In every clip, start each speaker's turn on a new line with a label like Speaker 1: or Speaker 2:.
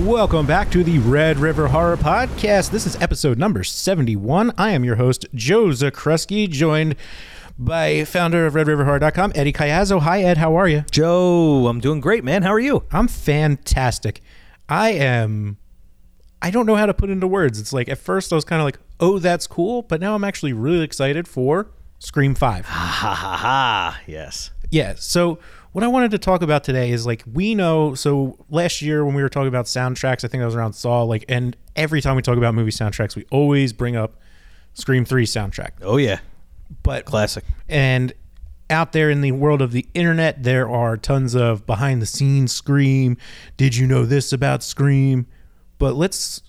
Speaker 1: Welcome back to the Red River Horror Podcast. This is episode number 71. I am your host, Joe Zakreski, joined by founder of RedRiverHorror.com, Eddie Cayazzo. Hi, Ed. How are you?
Speaker 2: Joe, I'm doing great, man. How are you?
Speaker 1: I'm fantastic. I am. I don't know how to put into words. It's like at first I was kind of like, oh, that's cool, but now I'm actually really excited for Scream 5.
Speaker 2: Ah, Ha ha ha. Yes.
Speaker 1: Yeah. So what I wanted to talk about today is like we know. So last year when we were talking about soundtracks, I think I was around Saw. Like, and every time we talk about movie soundtracks, we always bring up Scream Three soundtrack.
Speaker 2: Oh yeah.
Speaker 1: But
Speaker 2: Classic.
Speaker 1: and out there in the world of the internet, there are tons of behind the scenes Scream. Did you know this about Scream? But let's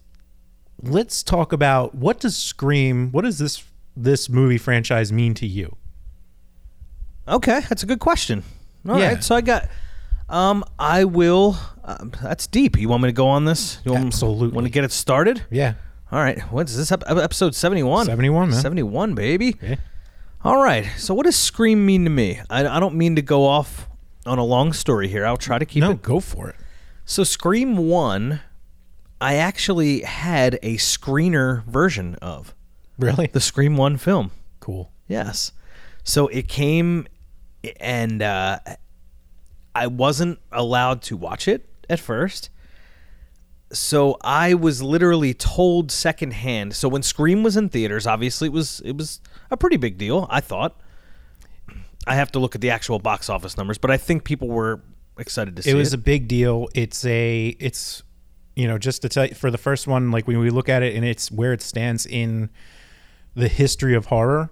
Speaker 1: let's talk about what does Scream? What does this this movie franchise mean to you?
Speaker 2: Okay, that's a good question. All right,
Speaker 1: Yeah.
Speaker 2: So I got. Um, I will. Um, that's deep. You want me to go on this? You want,
Speaker 1: Absolutely.
Speaker 2: Want to get it started?
Speaker 1: Yeah.
Speaker 2: All right. What's this ep- episode 71?
Speaker 1: 71, man.
Speaker 2: 71, baby.
Speaker 1: Yeah.
Speaker 2: All right. So what does Scream mean to me? I, I don't mean to go off on a long story here. I'll try to keep
Speaker 1: No,
Speaker 2: it
Speaker 1: go for it.
Speaker 2: So Scream 1 I actually had a screener version of
Speaker 1: Really?
Speaker 2: the Scream 1 film.
Speaker 1: Cool.
Speaker 2: Yes. So it came and uh, I wasn't allowed to watch it at first. So I was literally told secondhand. So when Scream was in theaters, obviously it was it was a pretty big deal, I thought. I have to look at the actual box office numbers, but I think people were excited to see
Speaker 1: it was
Speaker 2: it.
Speaker 1: a big deal. It's a it's you know just to tell you, for the first one like when we look at it and it's where it stands in the history of horror.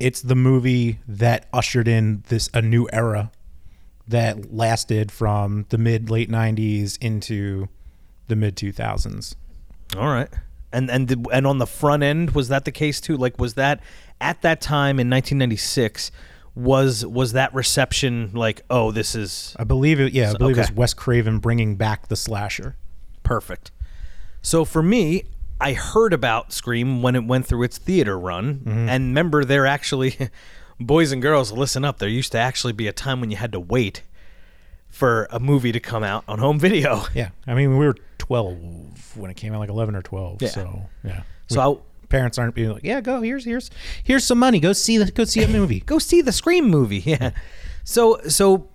Speaker 1: It's the movie that ushered in this a new era that lasted from the mid late 90s into the mid 2000s.
Speaker 2: All right. And and the, and on the front end was that the case too? Like was that at that time in 1996 was was that reception like oh this is
Speaker 1: I believe it yeah, I believe it's
Speaker 2: okay.
Speaker 1: Wes Craven bringing back the slasher.
Speaker 2: perfect. So for me, I heard about Scream when it went through its theater run and remember there actually boys and girls listen up there used to actually be a time when you had to wait for a movie to come out on home video.
Speaker 1: Yeah. I mean we were 12 when it came out like 11 or 12.
Speaker 2: Yeah.
Speaker 1: So, yeah.
Speaker 2: So I
Speaker 1: parents aren't being like, "Yeah, go here's here's here's some money. Go see the go see a movie."
Speaker 2: go see the Scream movie. Yeah. So so,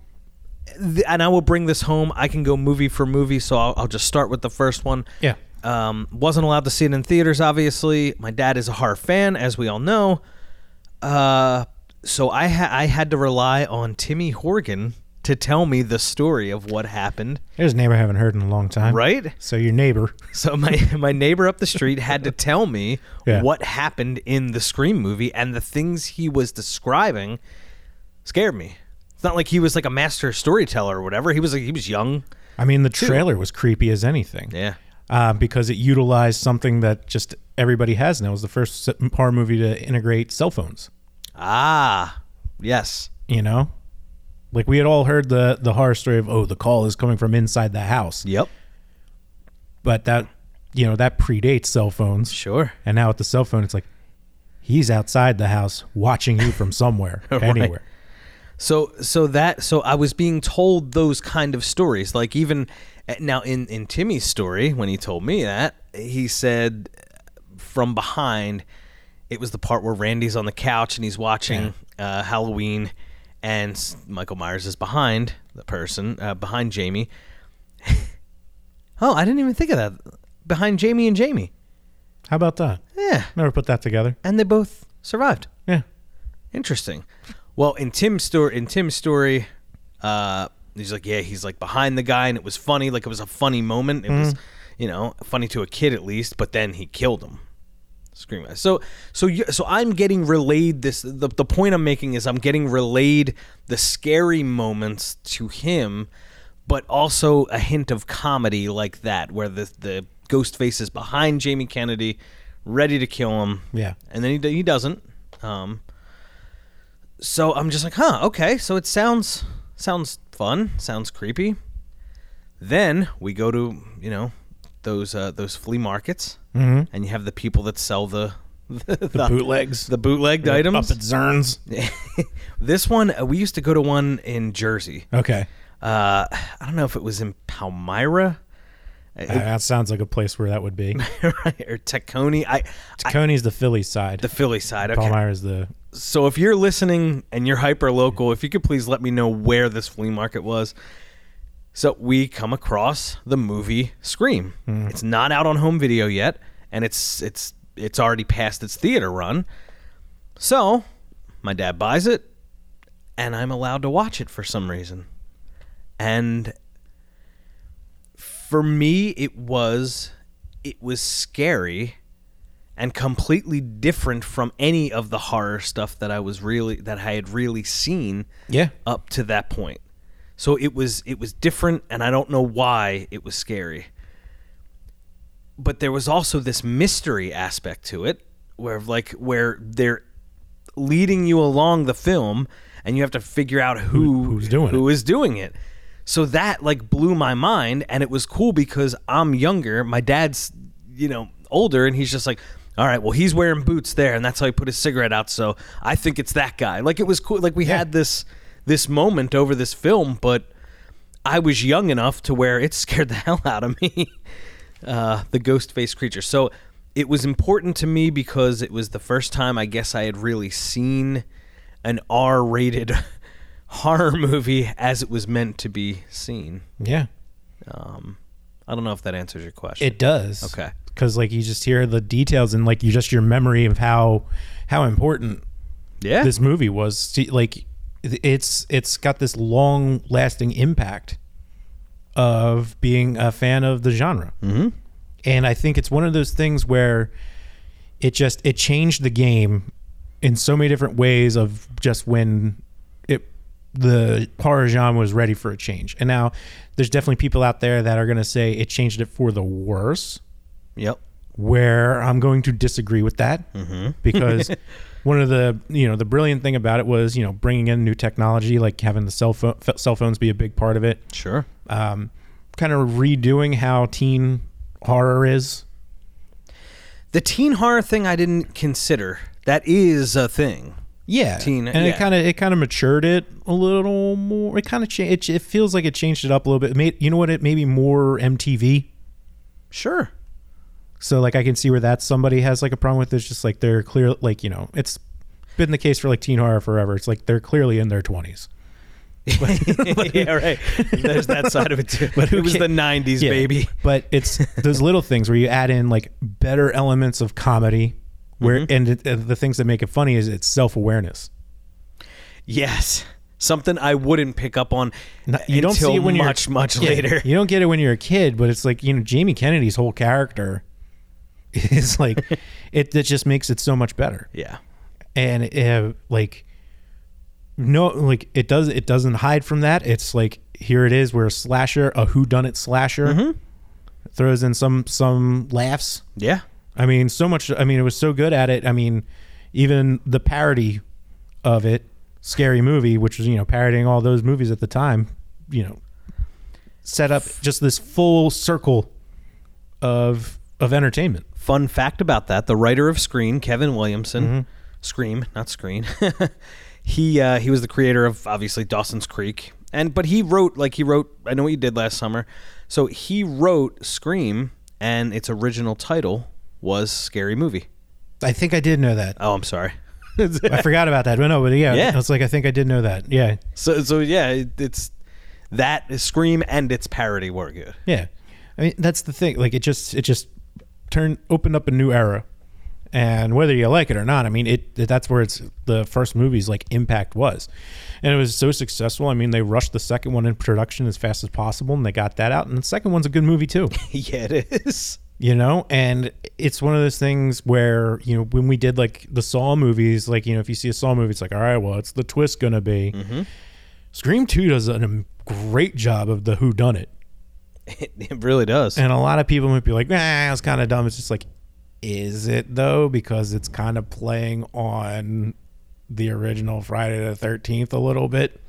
Speaker 2: th- and I will bring this home. I can go movie for movie. So I'll, I'll just start with the first one.
Speaker 1: Yeah.
Speaker 2: Um, wasn't allowed to see it in theaters. Obviously, my dad is a horror fan, as we all know. Uh, so I ha- I had to rely on Timmy Horgan to tell me the story of what happened.
Speaker 1: There's a name I haven't heard in a long time.
Speaker 2: Right.
Speaker 1: So your neighbor.
Speaker 2: So my my neighbor up the street had to tell me
Speaker 1: Yeah.
Speaker 2: what happened in the Scream movie and the things he was describing scared me. It's not like he was like a master storyteller or whatever. He was like he was young.
Speaker 1: I mean, the trailer was creepy as anything.
Speaker 2: Yeah.
Speaker 1: Uh, because it utilized something that just everybody has now. It was the first s- horror movie to integrate cell phones.
Speaker 2: Ah. Yes.
Speaker 1: You know, like we had all heard the the horror story of oh, the call is coming from inside the house.
Speaker 2: Yep.
Speaker 1: But that you know that predates cell phones.
Speaker 2: Sure.
Speaker 1: And now with the cell phone, it's like he's outside the house watching you from somewhere, anywhere.
Speaker 2: So so that so I was being told those kind of stories. Like even eh, now in in Timmy's story when he told me that, he said from behind it was the part where Randy's on the couch and he's watching uh, Halloween and s- Michael Myers is behind the person uh, behind Jamie. oh, I didn't even think of that. Behind Jamie and Jamie.
Speaker 1: How about that?
Speaker 2: Yeah.
Speaker 1: Never put that together.
Speaker 2: And they both survived.
Speaker 1: Yeah.
Speaker 2: Interesting. Well, in Tim's story, in Tim's story, uh, he's like, yeah, he's like behind the guy, and it was funny. Like it was a funny moment. It was, you know, funny to a kid at least. But then he killed him. Scream. So, so, you, so I'm getting relayed this. The, the point I'm making is I'm getting relayed the scary moments to him, but also a hint of comedy like that, where the the ghost face is behind Jamie Kennedy, ready to kill him.
Speaker 1: Yeah.
Speaker 2: and then he d- he doesn't. Um, so I'm just like, huh, okay. So it sounds sounds fun, sounds creepy. Then we go to you know those uh, those flea markets, and you have the people that sell the the,
Speaker 1: Mm-hmm. The bootlegs,
Speaker 2: the bootlegged items.
Speaker 1: up at Zerns.
Speaker 2: This one uh, we used to go to one in Jersey.
Speaker 1: Okay,
Speaker 2: Uh, I don't know if it was in Palmyra
Speaker 1: Uh, that sounds like a place where that would be.
Speaker 2: or Tacony. I, I
Speaker 1: Coney's the Philly side.
Speaker 2: the Philly side. Okay.
Speaker 1: Palmyra's the
Speaker 2: So if you're listening and you're hyper local, if you could please let me know where this flea market was. So we come across the movie Scream. It's not out on home video yet, and it's it's it's already past its theater run. So my dad buys it, and I'm allowed to watch it for some reason. And for me, it was it was scary and completely different from any of the horror stuff that I was really that I had really seen
Speaker 1: yeah.
Speaker 2: up to that point. So it was it was different and I don't know why it was scary. But there was also this mystery aspect to it where like where they're leading you along the film and you have to figure out who
Speaker 1: who's doing
Speaker 2: who is doing it. So that like blew my mind and it was cool because I'm younger, my dad's you know older and he's just like all right, well he's wearing boots there and that's how he put his cigarette out so I think it's that guy. Like it was cool like we had this this moment over this film but I was young enough to where it scared the hell out of me. Uh, the ghost faced creature. So it was important to me because it was the first time I guess I had really seen an R rated horror movie as it was meant to be seen.
Speaker 1: Yeah,
Speaker 2: Um, I don't know if that answers your question.
Speaker 1: it does.
Speaker 2: Okay.
Speaker 1: because like you just hear the details and like you just your memory of how how important
Speaker 2: yeah.
Speaker 1: this movie was. to- Like it's it's got this long lasting impact of being a fan of the genre, mm-hmm. and I think it's one of those things where it just it changed the game in so many different ways of just when it the horror genre was ready for a change. And now there's definitely people out there that are going to say it changed it for the worse
Speaker 2: yep.
Speaker 1: where I'm going to disagree with that because one of the you know the brilliant thing about it was you know bringing in new technology like having the cell phone f- cell phones be a big part of it,
Speaker 2: Sure.
Speaker 1: um, kind of redoing how teen horror is.
Speaker 2: The teen horror thing I didn't consider. That is a thing.
Speaker 1: Yeah,
Speaker 2: Teen-
Speaker 1: and
Speaker 2: yeah.
Speaker 1: it kind of it kind of matured it a little more. It kind of changed. It, ch- it feels like it changed it up a little bit. It made, you know what? It maybe more MTV.
Speaker 2: Sure.
Speaker 1: So like I can see where that somebody has like a problem with. It's just like they're clear. Like you know, it's been the case for like teen horror forever. It's like they're clearly in their twenties.
Speaker 2: yeah, right. There's that side of it too. But
Speaker 1: who
Speaker 2: it was
Speaker 1: ca-
Speaker 2: the 90s,
Speaker 1: Yeah.
Speaker 2: baby.
Speaker 1: But it's those little things where you add in like better elements of comedy, where
Speaker 2: Mm-hmm.
Speaker 1: and it, uh, the things that make it funny is it's self awareness.
Speaker 2: Yes. Something I wouldn't pick up on
Speaker 1: You don't
Speaker 2: until
Speaker 1: see it when you're
Speaker 2: much, much
Speaker 1: yeah,
Speaker 2: later.
Speaker 1: You don't get it when you're a kid, but it's like you know Jamie Kennedy's whole character is like it. That just makes it so much better.
Speaker 2: Yeah.
Speaker 1: and uh, like no like it does it doesn't hide from that it's like here it is we're a slasher a who done it slasher
Speaker 2: Mm-hmm.
Speaker 1: throws in some some laughs
Speaker 2: Yeah.
Speaker 1: i mean so much i mean it was so good at it i mean even the parody of it scary movie which was you know parodying all those movies at the time you know set up just this full circle of of entertainment
Speaker 2: Fun fact about that: the writer of Scream, Kevin Williamson,
Speaker 1: Mm-hmm.
Speaker 2: Scream, not Screen. he uh, he was the creator of obviously Dawson's Creek, and but he wrote like he wrote. I know what you did last summer. So he wrote Scream, and its original title was Scary Movie.
Speaker 1: i think i did know that
Speaker 2: Oh, I'm sorry.
Speaker 1: I forgot about that. But no, but yeah,
Speaker 2: Yeah.
Speaker 1: I was like, I think I did know that. Yeah,
Speaker 2: so so yeah, it, it's that is Scream and its parody were good.
Speaker 1: yeah. I mean, that's the thing. Like, it just it just turned opened up a new era, and whether you like it or not, I mean, it that's where it's the first movie's like impact was, and it was so successful. I mean, they rushed the second one in production as fast as possible, and they got that out. And the second one's a good movie too.
Speaker 2: yeah, it is.
Speaker 1: you know and it's one of those things where you know when we did like the saw movies like you know if you see a saw movie it's like all right well it's the twist gonna be scream 2 does a great job of the who done it
Speaker 2: It, it really does.
Speaker 1: and a lot of people might be like nah it's kind of dumb it's just like is it though because it's kind of playing on the original friday the 13th a little bit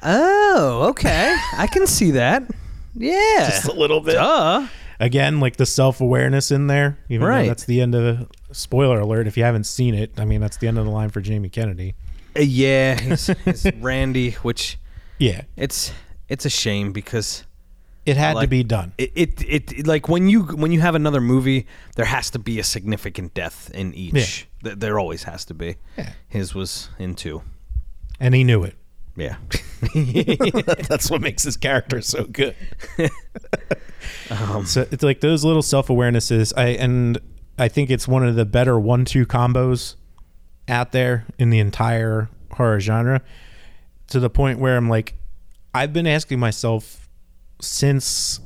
Speaker 2: Oh, okay. I can see that. Yeah. Uh,
Speaker 1: just a little bit
Speaker 2: Duh.
Speaker 1: again, like the self awareness in there. Even though
Speaker 2: Right.
Speaker 1: That's the end of spoiler alert. If you haven't seen it, I mean, that's the end of the line for Jamie Kennedy.
Speaker 2: Uh, yeah, he's, he's Randy, which
Speaker 1: Yeah,
Speaker 2: it's it's a shame because
Speaker 1: it had to
Speaker 2: Like-
Speaker 1: be done.
Speaker 2: it, it it like when you when you have another movie, there has to be a significant death in each. Th- There always has to be.
Speaker 1: Yeah.
Speaker 2: His was in two.
Speaker 1: and he knew it.
Speaker 2: Yeah.
Speaker 1: That's what makes his character so good. so it's like those little self awarenesses. I and I think it's one of the better one two combos out there in the entire horror genre. To the point where I'm like, I've been asking myself since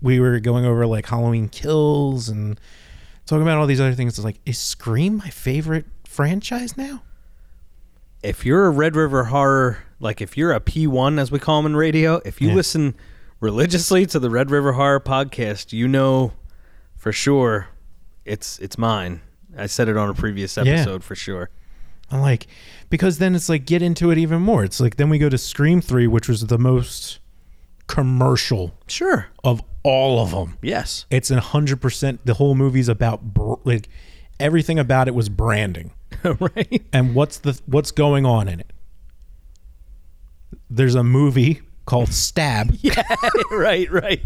Speaker 1: we were going over like Halloween Kills and talking about all these other things. It's like, is Scream my favorite franchise now?
Speaker 2: if you're a Red River Horror, like if you're a P1 as we call them in radio, if you
Speaker 1: Yeah.
Speaker 2: listen religiously to the Red River Horror podcast, you know for sure it's it's mine. I said it on a previous episode for sure.
Speaker 1: I'm like, because then it's like get into it even more. It's like then we go to Scream Three, which was the most commercial
Speaker 2: Sure.
Speaker 1: of all of them.
Speaker 2: Yes.
Speaker 1: It's a hundred percent. The whole movie's about br- like everything about it was branding
Speaker 2: right.
Speaker 1: and what's the what's going on in it. There's a movie called Stab.
Speaker 2: right, right.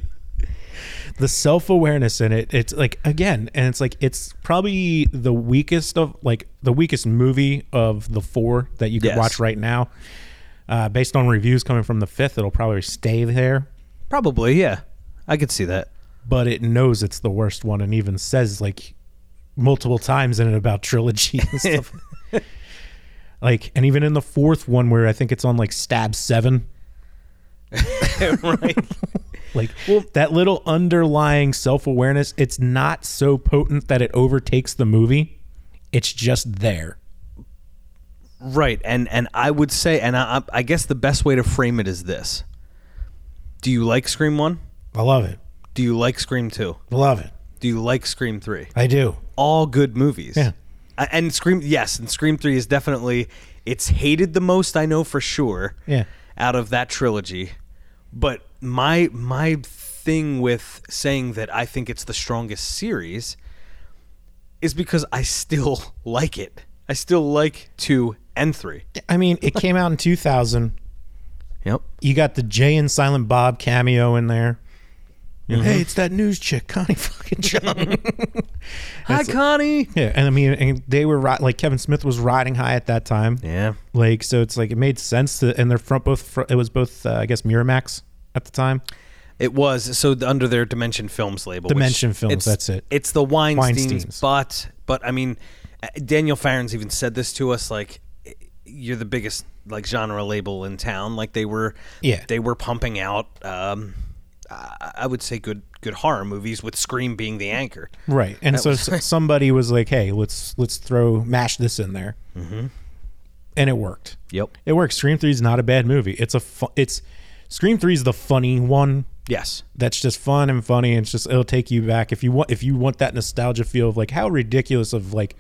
Speaker 1: the self awareness in it. It's like again, and it's like it's probably the weakest of like the weakest movie of the four that you could
Speaker 2: Yes.
Speaker 1: watch right now. Uh, based on reviews coming from the fifth, it'll probably stay there,
Speaker 2: Probably, yeah. I could see that.
Speaker 1: but it knows it's the worst one, and even says like multiple times in it about trilogy and stuff. like, and even in the fourth one, where I think it's on like stab seven,
Speaker 2: right.
Speaker 1: like that little underlying self-awareness it's not so potent that it overtakes the movie it's just there
Speaker 2: Right, and and I would say, and I, I- I guess the best way to frame it is this: Do you like Scream One?
Speaker 1: i love it
Speaker 2: Do you like Scream Two?
Speaker 1: I love it
Speaker 2: Do you like Scream Three?
Speaker 1: i do
Speaker 2: All good movies.
Speaker 1: Yeah.
Speaker 2: A- And Scream, yes, and Scream Three is definitely it's hated the most. I know for sure.
Speaker 1: Yeah.
Speaker 2: Out of that trilogy, but my my thing with saying that I think it's the strongest series is because I still like it. I still like two and three.
Speaker 1: i mean it came out in 2000
Speaker 2: Yep.
Speaker 1: you got the jay and silent bob cameo in there You know, hey it's that news chick connie fucking chung
Speaker 2: Hi, Connie.
Speaker 1: yeah and i mean and they were ri- like kevin smith was riding high at that time
Speaker 2: Yeah.
Speaker 1: like so it's like it made sense to, and their front both fr- it was both uh, i guess miramax at the time
Speaker 2: It was so the, under their Dimension Films label. which
Speaker 1: Dimension Films,
Speaker 2: it's-
Speaker 1: that's it.
Speaker 2: It's the Weinstein's,
Speaker 1: Weinsteins.
Speaker 2: but but I mean, uh, Daniel Farren's even said this to us like, you're the biggest like genre label in town. Like they were,
Speaker 1: Yeah.
Speaker 2: they were pumping out. Um, I I would say good good horror movies with Scream being the anchor.
Speaker 1: Right, and so s- somebody was like, "Hey, let's let's throw mash this in there," mm-hmm. and it worked.
Speaker 2: Yep.
Speaker 1: It worked. Scream Three is not a bad movie. It's a fu- it's Scream Three is the funny one
Speaker 2: Yes.
Speaker 1: that's just fun and funny. And it's just it'll take you back if you want if you want that nostalgia feel of like how ridiculous of like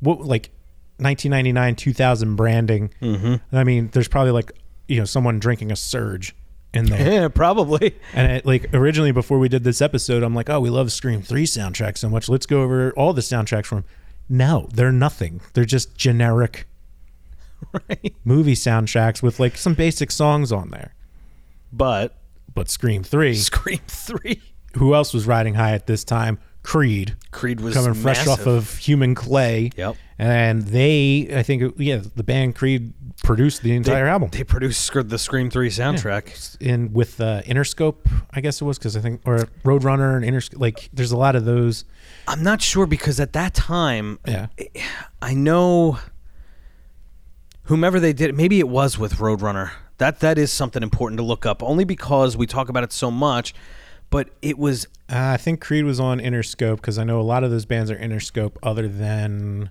Speaker 1: what like 1999 2000 branding. Mm-hmm. I mean, there's probably like you know someone drinking a surge in there.
Speaker 2: Yeah, probably.
Speaker 1: And it, like originally before we did this episode, I'm like, oh, we love Scream Three soundtrack so much. Let's go over all the soundtracks from. No, they're nothing. They're just generic
Speaker 2: Right.
Speaker 1: movie soundtracks with like some basic songs on there.
Speaker 2: But
Speaker 1: But Scream Three,
Speaker 2: Scream Three,
Speaker 1: who else was riding high at this time? Creed,
Speaker 2: Creed was
Speaker 1: coming fresh off
Speaker 2: massive.
Speaker 1: of Human Clay.
Speaker 2: Yep.
Speaker 1: And they, I think, yeah, the band Creed produced the entire album
Speaker 2: They produced Sc- the Scream Three soundtrack.
Speaker 1: in with uh, Interscope, I guess it was because I think or Roadrunner and Interscope. Like, there's a lot of those.
Speaker 2: I'm not sure because at that time,
Speaker 1: Yeah.
Speaker 2: I know whomever they did. Maybe it was with Roadrunner. That that is something important to look up, only because we talk about it so much. But it was
Speaker 1: Uh, I think Creed was on Interscope because I know a lot of those bands are Interscope other than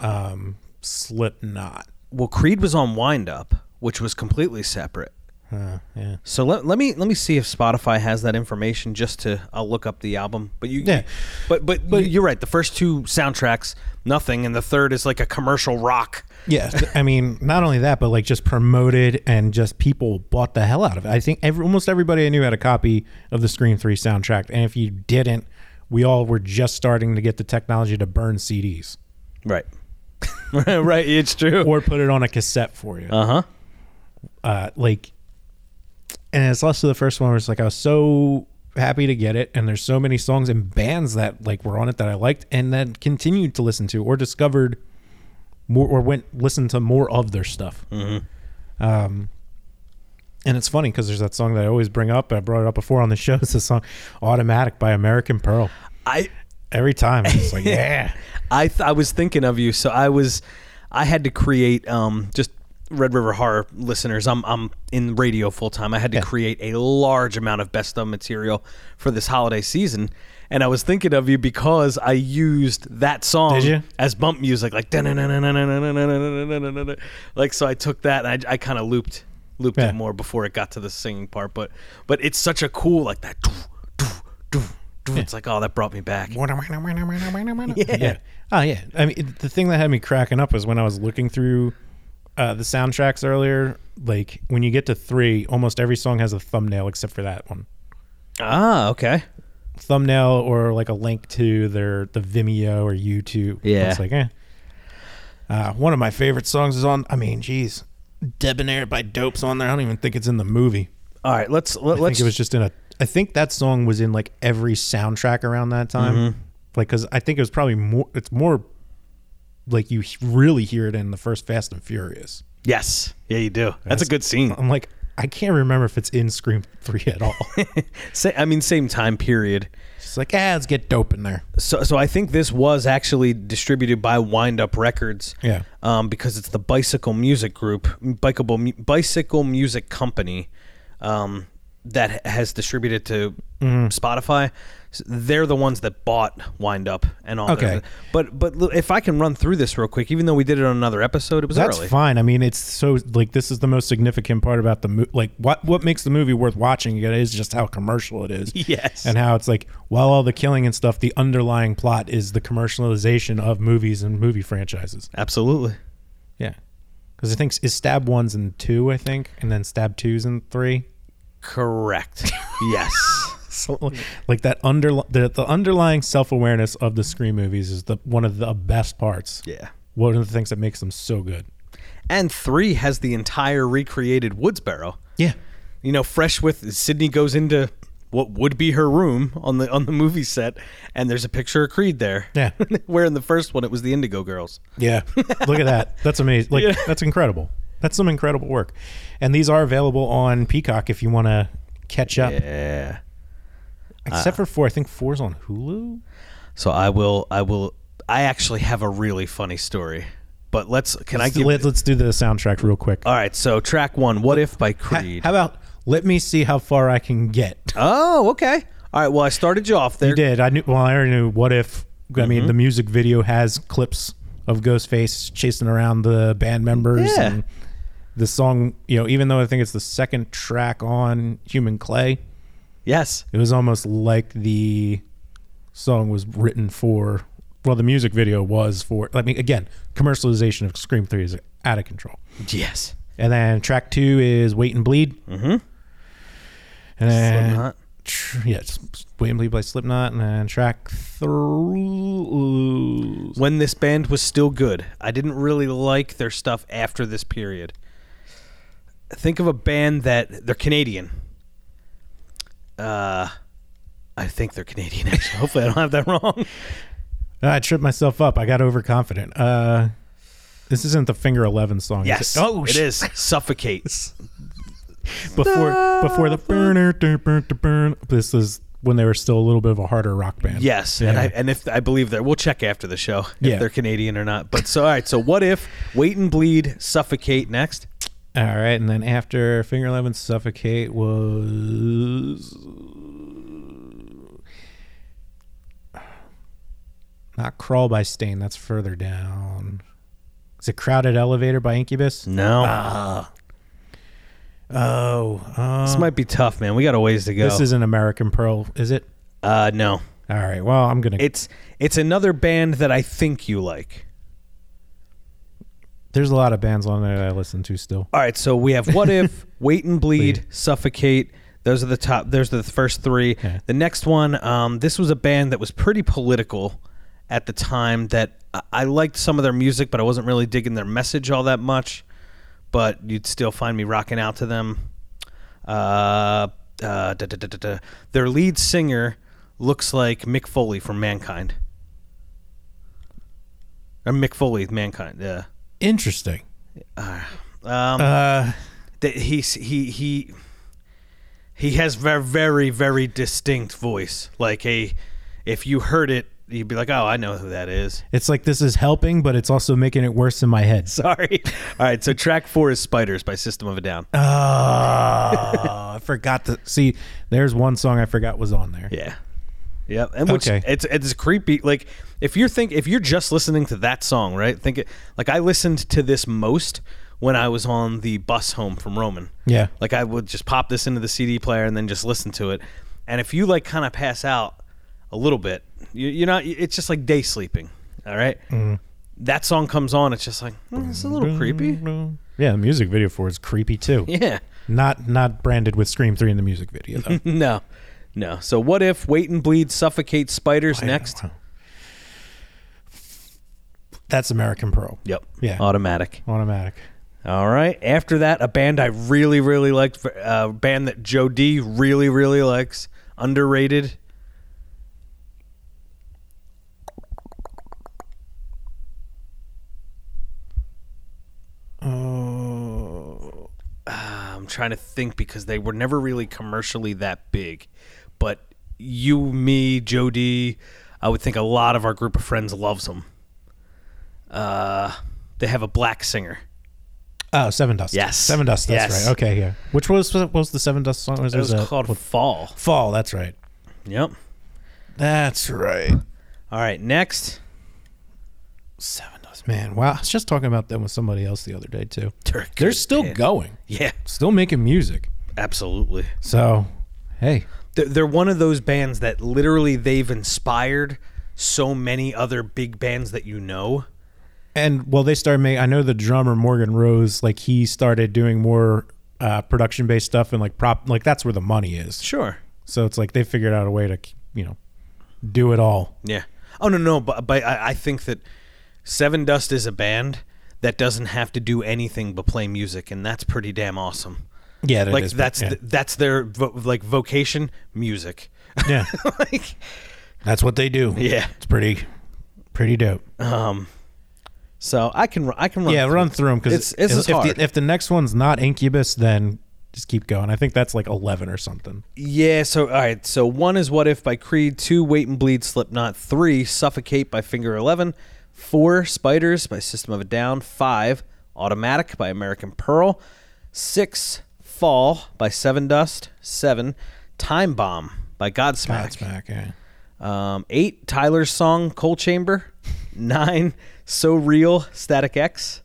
Speaker 1: um, Slipknot.
Speaker 2: well, Creed was on Wind Up, which was completely separate.
Speaker 1: Uh, yeah.
Speaker 2: So let, let me let me see if Spotify has that information just to I'll look up the album. But you
Speaker 1: Yeah.
Speaker 2: but but, you're right. The first two soundtracks nothing and the third is like a commercial rock.
Speaker 1: Yeah, th- I mean, not only that, but like just promoted and just people bought the hell out of it. I think every, almost everybody I knew had a copy of the Scream 3 soundtrack. And if you didn't, we all were just starting to get the technology to burn CDs
Speaker 2: Right. right, it's true.
Speaker 1: or put it on a cassette for you.
Speaker 2: Uh-huh.
Speaker 1: Uh, like, and it's also the first one where it's like, I was so happy to get it. And there's so many songs and bands that like were on it that I liked and then continued to listen to or discovered more or went listened to more of their stuff. Um, And it's funny because there's that song that I always bring up. I brought it up before on the show. It's the song "Automatic" by American Pearl.
Speaker 2: I
Speaker 1: Every time, I'm just like, yeah,
Speaker 2: I th- I was thinking of you, so I was I had to create um just Red River Horror listeners. I'm I'm in radio full time. I had to create a large amount of best of material for this holiday season, and I was thinking of you because I used that song
Speaker 1: Did you?
Speaker 2: as bump music, like like so. I took that and I, I kind of looped looped
Speaker 1: Yeah.
Speaker 2: it more before it got to the singing part, but but it's such a cool like that. It's like oh that brought me back.
Speaker 1: yeah. Oh yeah. I mean, it- the thing that had me cracking up was when I was looking through uh, the soundtracks earlier. Like when you get to three, almost every song has a thumbnail except for that one.
Speaker 2: Ah okay.
Speaker 1: Thumbnail or like a link to their the Vimeo or YouTube.
Speaker 2: Yeah.
Speaker 1: It's like, eh. Uh, one of my favorite songs is on. I mean, geez, "Debonair" by Dope's on there. I don't even think it's in the movie.
Speaker 2: All right, let's let,
Speaker 1: I think
Speaker 2: let's
Speaker 1: it was just in a. I think that song was in like every soundtrack around that time.
Speaker 2: Mm-hmm.
Speaker 1: Like, cause I think it was probably more. It's more like you he- really hear it in the first Fast and Furious.
Speaker 2: Yes. Yeah, you do. That's, a good scene.
Speaker 1: I'm like, I can't remember if it's in Scream Three at all.
Speaker 2: Sa- I mean, same time period.
Speaker 1: She's like, ah, let's get dope in there.
Speaker 2: So, so I think this was actually distributed by Wind Up Records.
Speaker 1: Yeah.
Speaker 2: Um, because it's the Bicycle Music Group, Bicycle Mu- Bicycle Music Company, um, that h- has distributed to
Speaker 1: Mm-hmm.
Speaker 2: Spotify. S- They're the ones that bought Wind Up and all.
Speaker 1: Okay.
Speaker 2: That. But but l- if I can run through this real quick, even though we did it on another episode, it was
Speaker 1: That's
Speaker 2: early.
Speaker 1: fine. I mean, it's so like this is the most significant part about the movie. Like, what what makes the movie worth watching again is just how commercial it is.
Speaker 2: Yes.
Speaker 1: and how it's like while all the killing and stuff, the underlying plot is the commercialization of movies and movie franchises.
Speaker 2: Absolutely.
Speaker 1: Yeah, because I think is stab ones and two, I think, and then stab twos and three.
Speaker 2: Correct. yes.
Speaker 1: So, like that under the, the underlying self awareness of the scream movies is the one of the best parts.
Speaker 2: Yeah.
Speaker 1: one of the things that makes them so good.
Speaker 2: and three has the entire recreated Woodsboro.
Speaker 1: Yeah,
Speaker 2: You know, fresh with Sydney goes into what would be her room on the on the movie set, and there's a picture of Creed there.
Speaker 1: Yeah.
Speaker 2: where in the first one it was the Indigo Girls.
Speaker 1: Yeah. Look at that. That's amazing. Like that's incredible. That's some incredible work. And these are available on Peacock if you want to catch up.
Speaker 2: Yeah.
Speaker 1: Except for 4. I think 4's on Hulu.
Speaker 2: So I will. I will. I actually have a really funny story, but let's. Can I
Speaker 1: Let's,
Speaker 2: give?
Speaker 1: let, us do the soundtrack real quick.
Speaker 2: all right. So track one. What if by
Speaker 1: Ha-
Speaker 2: Creed?
Speaker 1: How about let me see how far I can get.
Speaker 2: oh, okay. All right. Well, I started you off there.
Speaker 1: I did. I knew well I already knew what if I mean the music video has clips of Ghostface chasing around the band members
Speaker 2: Yeah.
Speaker 1: and the song, you know, even though I think it's the second track on Human Clay,
Speaker 2: Yes.
Speaker 1: It was almost like the song was written for. Well, the music video was for. I mean, again, commercialization of Scream Three is out of control.
Speaker 2: Yes.
Speaker 1: And then track two is Wait and Bleed. Mm-hmm. And then
Speaker 2: Slipknot.
Speaker 1: tr- yeah, it's Wait and Bleed by Slipknot. And then track three.
Speaker 2: when this band was still good. I didn't really like their stuff after this period. Think of a band that they're Canadian. Uh, I think they're Canadian. Actually, hopefully I don't have that wrong.
Speaker 1: I tripped myself up. I got overconfident. Uh, this isn't the Finger Eleven song. is it?
Speaker 2: Yes,
Speaker 1: Oh,
Speaker 2: it
Speaker 1: sh-
Speaker 2: is. Suffocate.
Speaker 1: before before the burner burn. This is when they were still a little bit of a harder rock band.
Speaker 2: Yes, and I and if I believe that we'll check after the show if
Speaker 1: Yeah.
Speaker 2: they're Canadian or not. But so all right. So what if Wait and Bleed, Suffocate next?
Speaker 1: All right, and then after Finger Eleven Suffocate was not Crawl by Stain. That's further Uh-huh. down. Is it Crowded Elevator by Incubus?
Speaker 2: No.
Speaker 1: Oh, uh,
Speaker 2: This might be tough, man. We got a ways to go.
Speaker 1: this is an American Pearl, is it?
Speaker 2: uh, no.
Speaker 1: All right. Well, I'm gonna.
Speaker 2: It's it's another band that I think you like.
Speaker 1: there's a lot of bands on there that I listen to still.
Speaker 2: All right, so we have What If, Wait and Bleed, Suffocate. Those are the top. Those are the first three.
Speaker 1: Yeah.
Speaker 2: The next one, um, this was a band that was pretty political at the time. That I- I liked some of their music, but I wasn't really digging their message all that much. But you'd still find me rocking out to them. Uh, uh, da, da, da, da, da. Their lead singer looks like Mick Foley from Mankind. Or Mick Foley, Mankind. Yeah.
Speaker 1: Interesting.
Speaker 2: Um,
Speaker 1: Uh,
Speaker 2: that he's he he he has very very very distinct voice like a if you heard it you'd be like oh i know who that is
Speaker 1: it's like this is helping, but it's also making it worse in my head.
Speaker 2: sorry all right so track four is spiders by system of a down
Speaker 1: Oh, Ah, I forgot to see. There's one song I forgot was on there.
Speaker 2: yeah yep and which
Speaker 1: Okay.
Speaker 2: it's it's creepy like if you're think if you're just listening to that song right think it like i listened to this most when i was on the bus home from roman
Speaker 1: Yeah.
Speaker 2: Like I would just pop this into the CD player and then just listen to it. And if you like kind of pass out a little bit, you, you're not. It's just like day sleeping. All right.
Speaker 1: Mm-hmm.
Speaker 2: That song comes on. It's just like "Hmm, it's a little creepy.
Speaker 1: Mm-hmm. Yeah, the music video for it's creepy too.
Speaker 2: Yeah.
Speaker 1: Not not branded with Scream Three in the music video though.
Speaker 2: No. No. So what if wait and bleed suffocate spiders next?
Speaker 1: Wow. That's American Pearl.
Speaker 2: Yep.
Speaker 1: Yeah.
Speaker 2: Automatic.
Speaker 1: Automatic.
Speaker 2: All right. After that, a band I really, really liked, a band that Joe D really, really likes, underrated. Uh, Ah, I'm trying to think because they were never really commercially that big, but you, me, Joe D, I would think a lot of our group of friends loves them. Uh, they have a black singer.
Speaker 1: Oh, Seven Dust.
Speaker 2: Yes.
Speaker 1: Seven Dust. That's
Speaker 2: Yes.
Speaker 1: right. Okay, yeah. Which was what was the Seven Dust song? Was
Speaker 2: It was
Speaker 1: that-
Speaker 2: called Fall.
Speaker 1: Fall. That's right.
Speaker 2: Yep.
Speaker 1: That's right.
Speaker 2: All right, next
Speaker 1: Seven Dust. Man, wow. I was just talking about them with somebody else the other day too.
Speaker 2: Turk.
Speaker 1: They're still going,
Speaker 2: Yeah,
Speaker 1: still making music.
Speaker 2: absolutely.
Speaker 1: So, hey,
Speaker 2: They're, they're one of those bands that literally they've inspired so many other big bands that you know.
Speaker 1: and well, they started making. I know the drummer Morgan Rose, like he started doing more uh, production based stuff and like prop, like that's where the money is.
Speaker 2: Sure.
Speaker 1: So it's like they figured out a way to, you know, do it all.
Speaker 2: Yeah. Oh no no, but but I, I think that Seven Dust is a band that doesn't have to do anything but play music, and that's pretty damn awesome.
Speaker 1: Yeah, that
Speaker 2: like
Speaker 1: is-
Speaker 2: that's
Speaker 1: yeah.
Speaker 2: th- that's their vo- like vocation, music.
Speaker 1: yeah,
Speaker 2: like
Speaker 1: that's what they do.
Speaker 2: Yeah.
Speaker 1: it's pretty, pretty dope.
Speaker 2: so I can ru- I can run.
Speaker 1: yeah,
Speaker 2: through
Speaker 1: run through them because
Speaker 2: It's- this
Speaker 1: if,
Speaker 2: is hard.
Speaker 1: The, if the next one's not Incubus, then just keep going. I think that's like eleven or something.
Speaker 2: Yeah, so all right, so one is What If by Creed, two Wait and Bleed Slipknot, three Suffocate by Finger Eleven, four Spiders by System of a Down, five Automatic by American Pearl, six Fall by Seven Dust, seven Time Bomb by Godsmack,
Speaker 1: That's back. Yeah.
Speaker 2: Um, eight Tyler's song Coal Chamber, nine So Real Static X,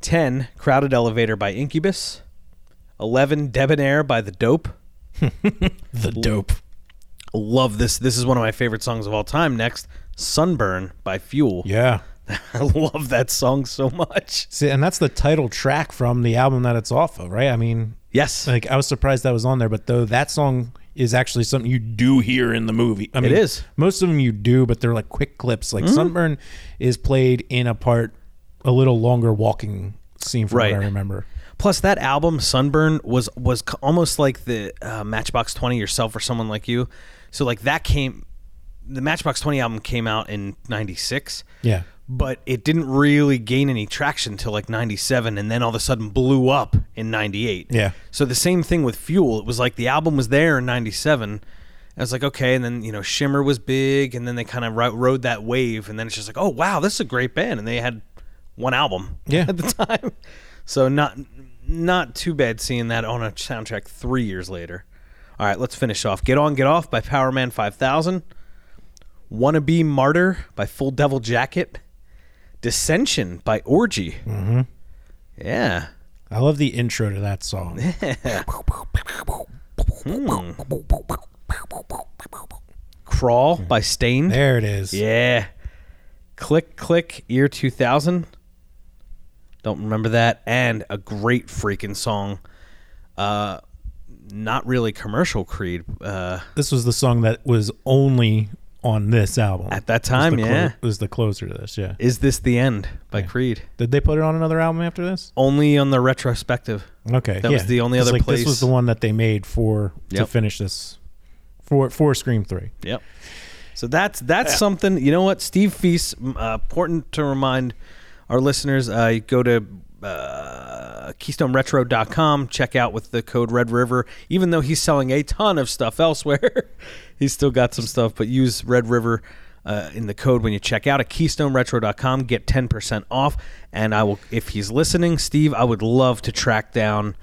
Speaker 2: ten Crowded Elevator by Incubus, eleven Debonair by The Dope.
Speaker 1: The dope.
Speaker 2: love this. This is one of my favorite songs of all time. Next, Sunburn by Fuel.
Speaker 1: Yeah.
Speaker 2: I love that song so much.
Speaker 1: See, and that's the title track from the album that it's off of, right? I mean,
Speaker 2: Yes.
Speaker 1: like I was surprised that was on there, but though that song is actually something you do hear in the movie. I mean,
Speaker 2: is. Mm-hmm.
Speaker 1: Most of them you do, but they're like quick clips. Like Sunburn is played in a part a little longer walking scene from
Speaker 2: Right.
Speaker 1: what I remember.
Speaker 2: Plus, that album Sunburn was was c- almost like the uh, Matchbox Twenty yourself or someone like you. So like that came, the Matchbox Twenty album came out in '96.
Speaker 1: Yeah.
Speaker 2: But it didn't really gain any traction till like 97 and then all of a sudden blew up in 98.
Speaker 1: Yeah.
Speaker 2: So the same thing with Fuel. It was like the album was there in 97. I was like, okay. And then, you know, Shimmer was big and then they kind of ro- rode that wave. And then it's just like, oh, wow, this is a great band. And they had one album
Speaker 1: Yeah.
Speaker 2: at the time. So not not too bad seeing that on a soundtrack three years later. All right, let's finish off. Get On, Get Off by Power Man 5000. Wanna Be Martyr by Full Devil Jacket. Dissension by Orgy. Mm-hmm. Yeah.
Speaker 1: I love the intro to that song.
Speaker 2: Crawl by Stain.
Speaker 1: There it is.
Speaker 2: Yeah. Click Click Year 2000. Don't remember that. And a great freaking song. Uh, not really commercial Creed. Uh,
Speaker 1: This was the song that was only on this album
Speaker 2: At that
Speaker 1: Was the
Speaker 2: time, yeah.
Speaker 1: was the closer to this. Yeah.
Speaker 2: Is This the End by
Speaker 1: Yeah.
Speaker 2: Creed.
Speaker 1: Did they put it on another album after this?
Speaker 2: Only on the retrospective.
Speaker 1: Okay.
Speaker 2: That was
Speaker 1: yeah.
Speaker 2: the only
Speaker 1: It's
Speaker 2: other
Speaker 1: like
Speaker 2: place-
Speaker 1: This was the one that they made for to
Speaker 2: Yep.
Speaker 1: finish this for for Scream Three.
Speaker 2: Yep. So that's that's something. You know what, Steve Feast. m- Uh, important to remind our listeners. Uh, you go to uh, KeystoneRetro.com. Check out with the code Red River. Even though he's selling a ton of stuff elsewhere, he's still got some stuff. But use Red River. Uh, in the code when you check out at keystoneretro.com get 10% off and i will if he's listening steve i would love to track down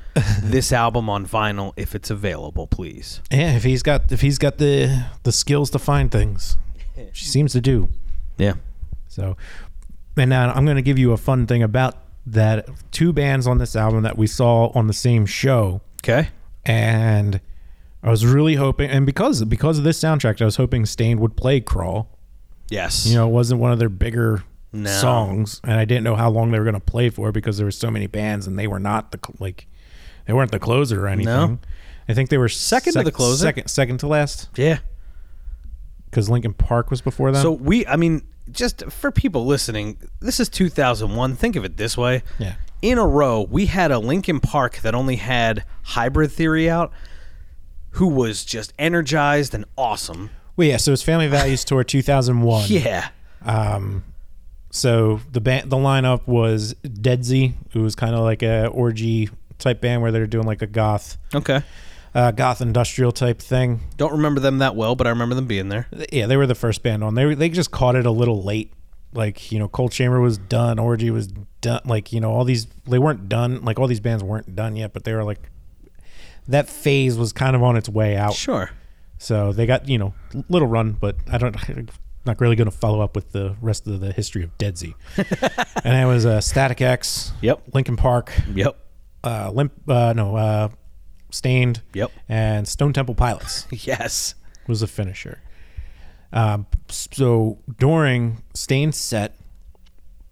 Speaker 2: this album on vinyl if it's available please
Speaker 1: Yeah. If he's got if he's got the the skills to find things, she seems to do.
Speaker 2: yeah
Speaker 1: So, and now I'm going to give you a fun thing about that. Two bands on this album that we saw on the same show,
Speaker 2: okay
Speaker 1: and I was really hoping, and because because of this soundtrack, I was hoping Stain would play "Crawl."
Speaker 2: yes
Speaker 1: You know, it wasn't one of their bigger
Speaker 2: No.
Speaker 1: songs, and I didn't know how long they were going to play for because there were so many bands, and they were not the cl- like they weren't the closer or anything. I think they were
Speaker 2: Second to the closer.
Speaker 1: second, second to last,
Speaker 2: yeah
Speaker 1: because Lincoln Park was before them.
Speaker 2: So we, I mean, just for people listening, this is 2001. Think of it this way.
Speaker 1: Yeah.
Speaker 2: In a row, we had a Linkin Park that only had Hybrid Theory out, who was just energized and awesome.
Speaker 1: well, yeah, so it was Family Values Tour 2001.
Speaker 2: Yeah.
Speaker 1: So the band, the lineup was Deadsy, who was kind of like a orgy type band where they're doing like a goth,
Speaker 2: Okay.
Speaker 1: uh, goth industrial type thing.
Speaker 2: Don't remember them that well, but I remember them being there.
Speaker 1: Yeah, they were the first band on. They were- they just caught it a little late. Like you know, Cold Chamber was done, Orgy was done. Like you know, all these they weren't done. Like all these bands weren't done yet, but they were like that phase was kind of on its way out.
Speaker 2: Sure.
Speaker 1: So they got you know little run, but I don't not really going to follow up with the rest of the history of Deadsy. and it was uh, Static X,
Speaker 2: Yep.
Speaker 1: Linkin Park,
Speaker 2: Yep.
Speaker 1: uh, Limp, uh, no, uh, Stained,
Speaker 2: Yep.
Speaker 1: and Stone Temple Pilots
Speaker 2: Yes.
Speaker 1: was the finisher. Um, so during Stain's set,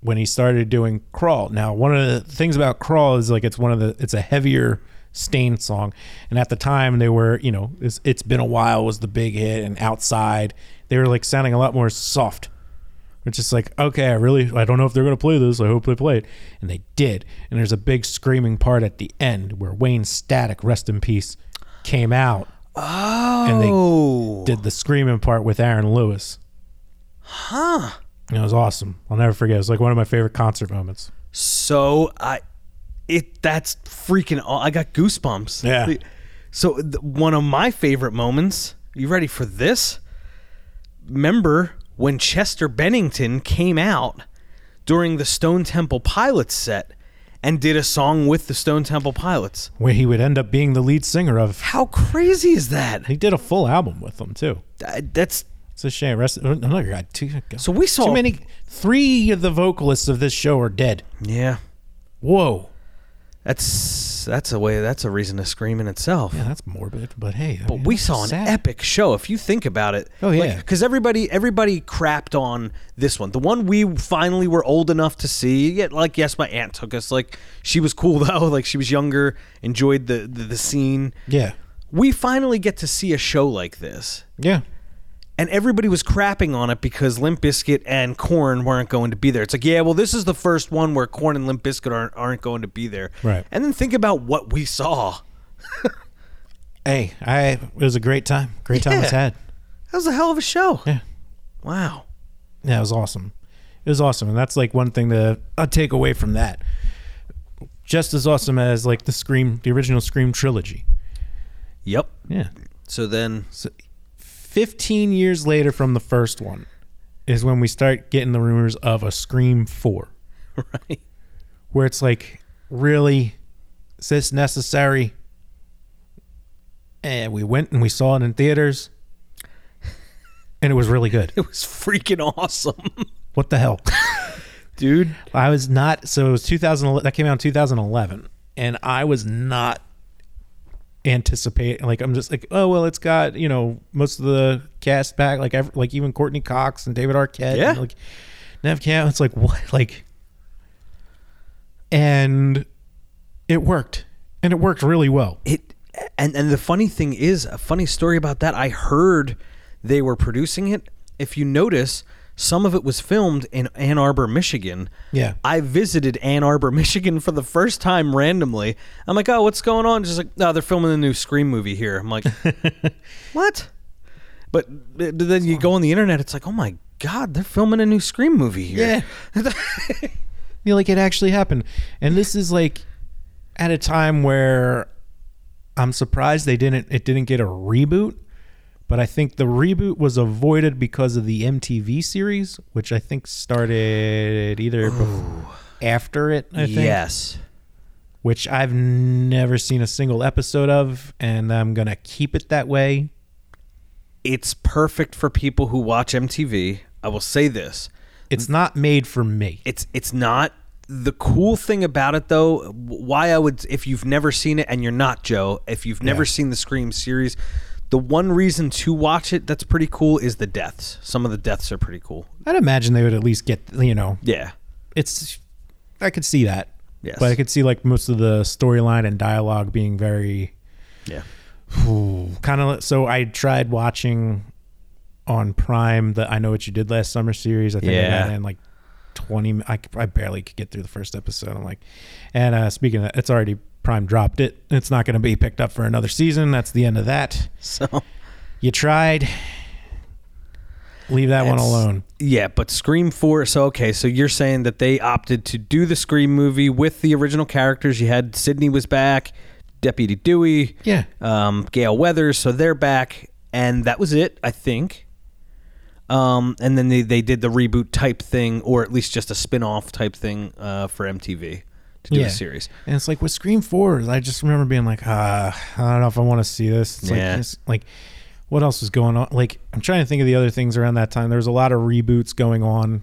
Speaker 1: when he started doing Crawl, now one of the things about Crawl is like it's one of the it's a heavier Stain song, and at the time they were you know it's, it's been a while was the big hit, and Outside they were like sounding a lot more soft. We're just like okay, I really I don't know if they're gonna play this. I hope they play it, and they did. And there's a big screaming part at the end where Wayne Static, rest in peace, came out and they
Speaker 2: Oh.
Speaker 1: did the screaming part with Aaron Lewis. Huh. It was awesome. I'll never forget. It was like one of my favorite concert moments.
Speaker 2: So I, it that's freaking. aw- I got goosebumps.
Speaker 1: Yeah.
Speaker 2: So th- one of my favorite moments. You ready for this? Remember when Chester Bennington came out during the Stone Temple Pilots set and did a song with the Stone Temple Pilots?
Speaker 1: Where he would end up being the lead singer of.
Speaker 2: How crazy is that?
Speaker 1: He did a full album with them too.
Speaker 2: Uh, That's
Speaker 1: It's a shame. Rest, another guy. Two,
Speaker 2: so we saw.
Speaker 1: too many. Three of the vocalists of this show are dead.
Speaker 2: Yeah.
Speaker 1: Whoa.
Speaker 2: That's that's a way. That's a reason to scream in itself.
Speaker 1: Yeah, that's morbid. But hey,
Speaker 2: But we saw an epic show. If you think about it,
Speaker 1: Oh, yeah.
Speaker 2: because everybody everybody crapped on this one. The one we finally were old enough to see. Yet, like, yes, my aunt took us. Like, she was cool though. Like, she was younger, enjoyed the the, the scene.
Speaker 1: Yeah.
Speaker 2: We finally get to see a show like this,
Speaker 1: Yeah.
Speaker 2: and everybody was crapping on it because Limp Bizkit and Corn weren't going to be there. It's like, yeah, well, this is the first one where Corn and Limp Bizkit aren't aren't going to be there.
Speaker 1: Right.
Speaker 2: And then think about what we saw.
Speaker 1: Hey, I. It was a great time. Great time
Speaker 2: Yeah.
Speaker 1: it's had.
Speaker 2: That was a hell of a show.
Speaker 1: Yeah.
Speaker 2: Wow.
Speaker 1: Yeah, it was awesome. It was awesome, and that's like one thing to I take away from that. Just as awesome as like the Scream, the original Scream trilogy.
Speaker 2: Yep.
Speaker 1: Yeah.
Speaker 2: So then
Speaker 1: So, fifteen years later from the first one, is when we start getting the rumors of a Scream four,
Speaker 2: right?
Speaker 1: where it's like, really, is this necessary? And we went and we saw it in theaters, and it was really good.
Speaker 2: It was freaking awesome,
Speaker 1: What the hell?
Speaker 2: dude.
Speaker 1: I was not. So it was 2011. That came out in 2011. and I was not anticipating. Like I'm just like, oh well, it's got you know most of the cast back, like ev- like even Courtney Cox and David Arquette,
Speaker 2: Yeah.
Speaker 1: and like Nev Campbell. It's like what, like, and it worked, and it worked really well.
Speaker 2: it and and the funny thing is a funny story about that i heard they were producing it if you notice some of it was filmed in ann arbor michigan
Speaker 1: Yeah.
Speaker 2: i visited ann arbor michigan for the first time randomly i'm like oh what's going on just like no they're filming the new scream movie here i'm like what but th- then you go on the internet it's like oh my god they're filming a new scream movie here yeah
Speaker 1: you know, like it actually happened and this is like at a time where i'm surprised they didn't it didn't get a reboot but i think the reboot was avoided because of the mtv series which i think started either bef- after it i think
Speaker 2: yes
Speaker 1: which i've never seen a single episode of and i'm gonna keep it that way
Speaker 2: it's perfect for people who watch mtv i will say this
Speaker 1: it's not made for me
Speaker 2: It's it's not the cool thing about it though. w- Why I would if you've never seen it and you're not Joe, if you've never seen the Scream series, the one reason to watch it that's pretty cool is the deaths. Some of the deaths are pretty cool.
Speaker 1: i'd imagine they would at least get you know
Speaker 2: Yeah.
Speaker 1: it's I could see that.
Speaker 2: Yes.
Speaker 1: But I could see like most of the storyline and dialogue being very
Speaker 2: Yeah.
Speaker 1: kind of so I tried watching on Prime the I Know What You Did Last Summer series. I think I
Speaker 2: Yeah.
Speaker 1: got in like 20 I, I barely could get through the first episode. I'm like and uh speaking of that, it's already Prime dropped it. It's not going to be picked up for another season. That's the end of that.
Speaker 2: So
Speaker 1: You tried. Leave that one
Speaker 2: It's-
Speaker 1: alone.
Speaker 2: Yeah, but Scream 4. So, okay, so you're saying that they opted to do the Scream movie with the original characters. You had Sydney was back, Deputy Dewey,
Speaker 1: Yeah.
Speaker 2: um, Gail Weathers. So they're back, and that was it, I think. Um, and then they, they did the reboot type thing, or at least just a spin off type thing uh, for MTV to do a series.
Speaker 1: And it's like with Scream Four, I just remember being like, ah, I don't know if I want to see this. It's
Speaker 2: Yeah.
Speaker 1: like, it's like, what else was going on? Like, I'm trying to think of the other things around that time. There was a lot of reboots going on,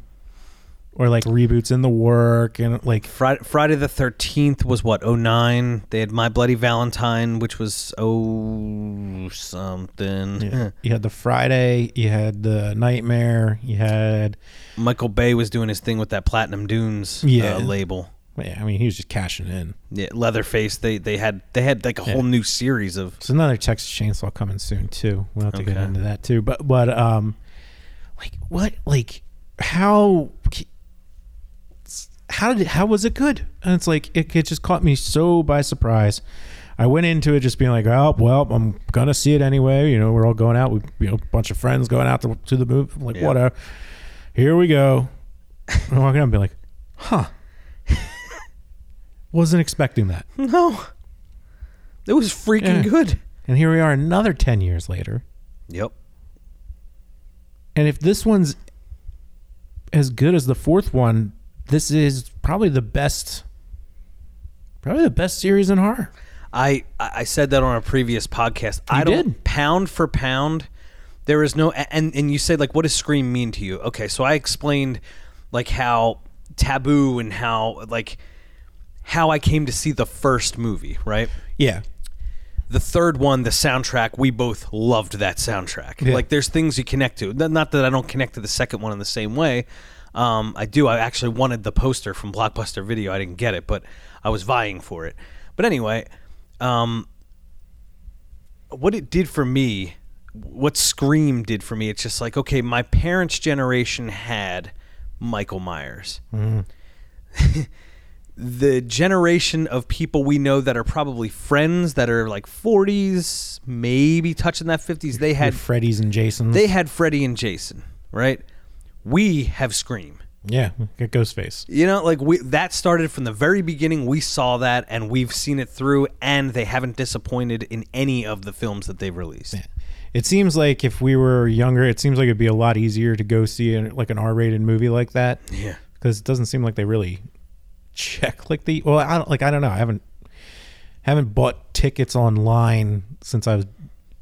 Speaker 1: or like reboots in the work, and like,
Speaker 2: Friday, Friday the 13th was what, 09? They had My Bloody Valentine, which was oh something.
Speaker 1: you had the Friday, you had the Nightmare, you had,
Speaker 2: Michael Bay was doing his thing with that Platinum Dunes uh,
Speaker 1: Yeah.
Speaker 2: label.
Speaker 1: yeah, I mean, he was just cashing in.
Speaker 2: Yeah, Leatherface. They they had they had like a whole new series of
Speaker 1: It's another Texas Chainsaw coming soon too. We'll have to get
Speaker 2: Okay.
Speaker 1: into that too. But but um, like what like how how did how was it good? And it's like it, it just caught me so by surprise. I went into it just being like, oh well, I'm gonna see it anyway. You know, we're all going out. We you know, a bunch of friends going out to, to the movie. I'm like
Speaker 2: Yeah.
Speaker 1: whatever. Here we go. I'm walking up and being like, huh. Wasn't expecting that.
Speaker 2: no. It was freaking
Speaker 1: Yeah.
Speaker 2: good.
Speaker 1: And here we are another ten years later.
Speaker 2: Yep.
Speaker 1: And if this one's as good as the fourth one, this is probably the best, probably the best series in horror.
Speaker 2: I I I said that on a previous podcast. I
Speaker 1: You
Speaker 2: don't
Speaker 1: did.
Speaker 2: pound for pound. There is no a- and and you said like what does Scream mean to you? Okay, so I explained like how taboo and how like how I came to see the first movie, right?
Speaker 1: Yeah,
Speaker 2: the third one, the soundtrack, we both loved that soundtrack.
Speaker 1: Yeah.
Speaker 2: Like there's things you connect to. Th- Not that I don't connect to the second one in the same way. Um, I do. I actually wanted the poster from Blockbuster Video. I didn't get it, but I was vying for it. But anyway, um, what it did for me, what Scream did for me, it's just like okay, my parents' generation had Michael Myers the generation of people we know that are probably friends that are like 40s, maybe touching that 50s, they had
Speaker 1: and Freddy's and Jason's.
Speaker 2: they had Freddy and Jason, right? We have Scream.
Speaker 1: yeah, got Ghostface.
Speaker 2: You know, like we that started from the very beginning. We saw that and we've seen it through and they haven't disappointed in any of the films that they've released.
Speaker 1: It seems like if we were younger, it seems like it'd be a lot easier to go see an, like an R-rated movie like that.
Speaker 2: Yeah.
Speaker 1: because it doesn't seem like they really check like the. Well, I don't like. I don't know. I haven't haven't bought tickets online since I was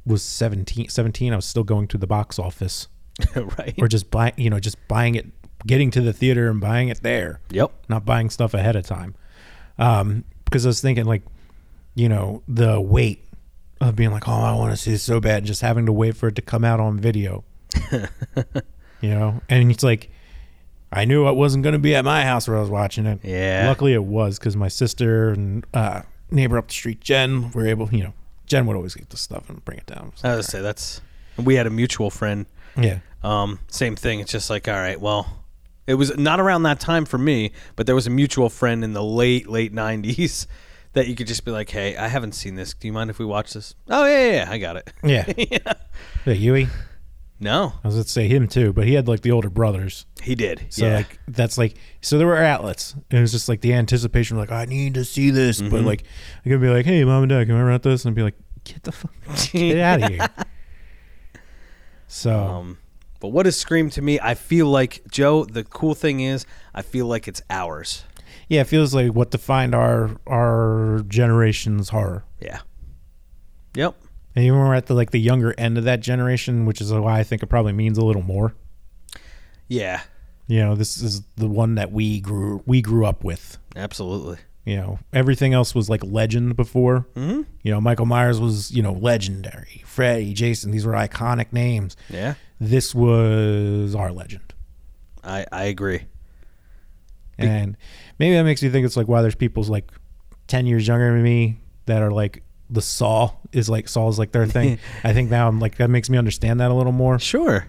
Speaker 1: was 17 17 i was still going to the box office
Speaker 2: right.
Speaker 1: or just buy you know just buying it getting to the theater and buying it there
Speaker 2: Yep.
Speaker 1: not buying stuff ahead of time Um, because I was thinking like, you know, the wait of being like, oh, I want to see this so bad, and just having to wait for it to come out on video. you know, and it's like, I knew it wasn't going to be at my house where I was watching it.
Speaker 2: Yeah.
Speaker 1: Luckily, it was because my sister and uh, neighbor up the street, Jen, were able. You know, Jen would always get the stuff and bring it down.
Speaker 2: I was gonna say that's. We had a mutual friend.
Speaker 1: yeah.
Speaker 2: Um, same thing. It's just like, all right, well, it was not around that time for me, but there was a mutual friend in the late late '90s that you could just be like, hey, I haven't seen this. Do you mind if we watch this? Oh yeah, yeah, yeah I got it.
Speaker 1: Yeah.
Speaker 2: yeah.
Speaker 1: yeah. Yui.
Speaker 2: No,
Speaker 1: I was going to say him too, but he had like the older brothers.
Speaker 2: he did.
Speaker 1: So
Speaker 2: yeah.
Speaker 1: like that's like so there were outlets. It was just like the anticipation, like I need to see this,
Speaker 2: Mm-hmm.
Speaker 1: but like I could be like, hey, mom and dad, can I rent this? And I'd be like, get the fuck get out of here. So
Speaker 2: Um, but what is Scream to me? I feel like Joe. The cool thing is, I feel like it's ours.
Speaker 1: yeah, it feels like what defined our our generation's horror.
Speaker 2: Yeah. Yep.
Speaker 1: And even we're at the like the younger end of that generation, which is why I think it probably means a little more.
Speaker 2: Yeah.
Speaker 1: You know, this is the one that we grew we grew up with.
Speaker 2: Absolutely.
Speaker 1: you know everything else was like legend before mm-hmm. you know michael myers was you know legendary freddy jason these were iconic names
Speaker 2: Yeah.
Speaker 1: this was our legend
Speaker 2: I I agree.
Speaker 1: and maybe that makes me think it's like why there's people's like 10 years younger than me that are like the saw is like saw is like their thing i think now i'm like that makes me understand that a little more
Speaker 2: Sure.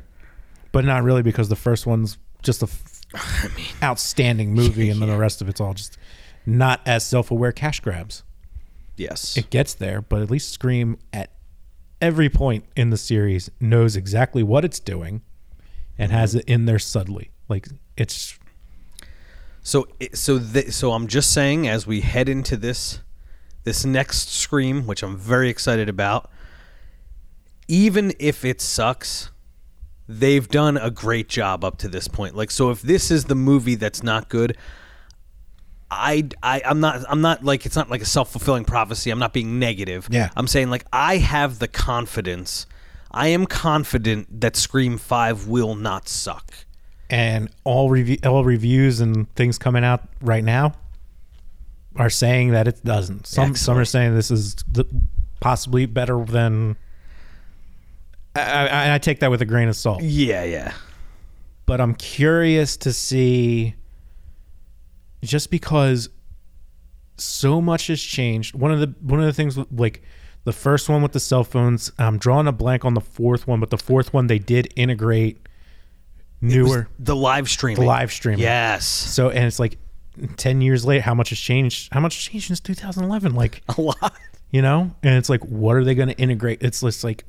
Speaker 1: but not really because the first one's just a f- outstanding movie and then the rest of it's all just not as self-aware cash grabs
Speaker 2: Yes.
Speaker 1: it gets there, but at least Scream at every point in the series knows exactly what it's doing and has it in there subtly. Like it's
Speaker 2: So it- so th- so I'm just saying as we head into this this next scream, which I'm very excited about. Even if it sucks, they've done a great job up to this point. Like so, if this is the movie that's not good. I, I I'm not I'm not like it's not like a self fulfilling prophecy. I'm not being negative.
Speaker 1: Yeah.
Speaker 2: I'm saying like I have the confidence. I am confident that Scream Five will not suck.
Speaker 1: and all review all reviews and things coming out right now are saying that it doesn't. Some some are saying this is the, possibly better than. I, I, I take that with a grain of salt.
Speaker 2: Yeah, yeah.
Speaker 1: but I'm curious to see just because so much has changed. One of the one of the things with, like the first one with the cell phones, I'm drawing a blank on the fourth one, but the fourth one they did integrate newer
Speaker 2: The live streaming.
Speaker 1: live streaming.
Speaker 2: Yes.
Speaker 1: So and it's like 10 years later how much has changed? How much has changed since 2011? Like
Speaker 2: A lot.
Speaker 1: you know and it's like what are they going to integrate it's just like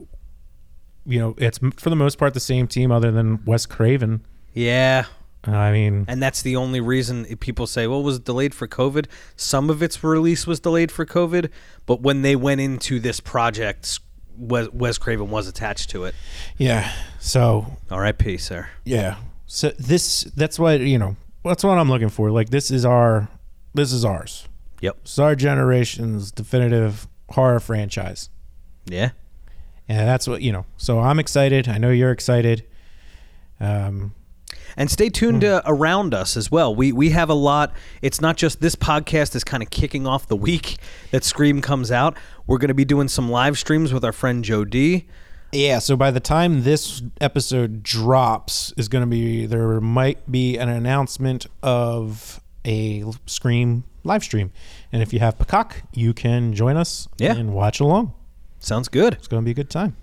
Speaker 1: you know it's m- for the most part the same team other than wes craven
Speaker 2: Yeah.
Speaker 1: i mean
Speaker 2: And that's the only reason i- people say, well, it was delayed for COVID. Some of its release was delayed for COVID, but when they went into this project, s- Wes, Wes Craven was attached to it.
Speaker 1: Yeah. So
Speaker 2: R.I.P., sir.
Speaker 1: yeah. So this that's what you know. That's what I'm looking for. Like this is our this is ours.
Speaker 2: Yep.
Speaker 1: It's our generation's definitive horror franchise,
Speaker 2: Yeah.
Speaker 1: and that's what you know. So I'm excited. I know you're excited. Um.
Speaker 2: And stay tuned uh, around us as well. We we have a lot. It's not just this podcast is kind of kicking off the week that Scream comes out. We're going to be doing some live streams with our friend Joe D.
Speaker 1: Yeah. So by the time this episode drops, is going to be there might be an announcement of a Scream live stream, and if you have Peacock, you can join us.
Speaker 2: Yeah.
Speaker 1: And watch along.
Speaker 2: Sounds good.
Speaker 1: It's going to be a good time.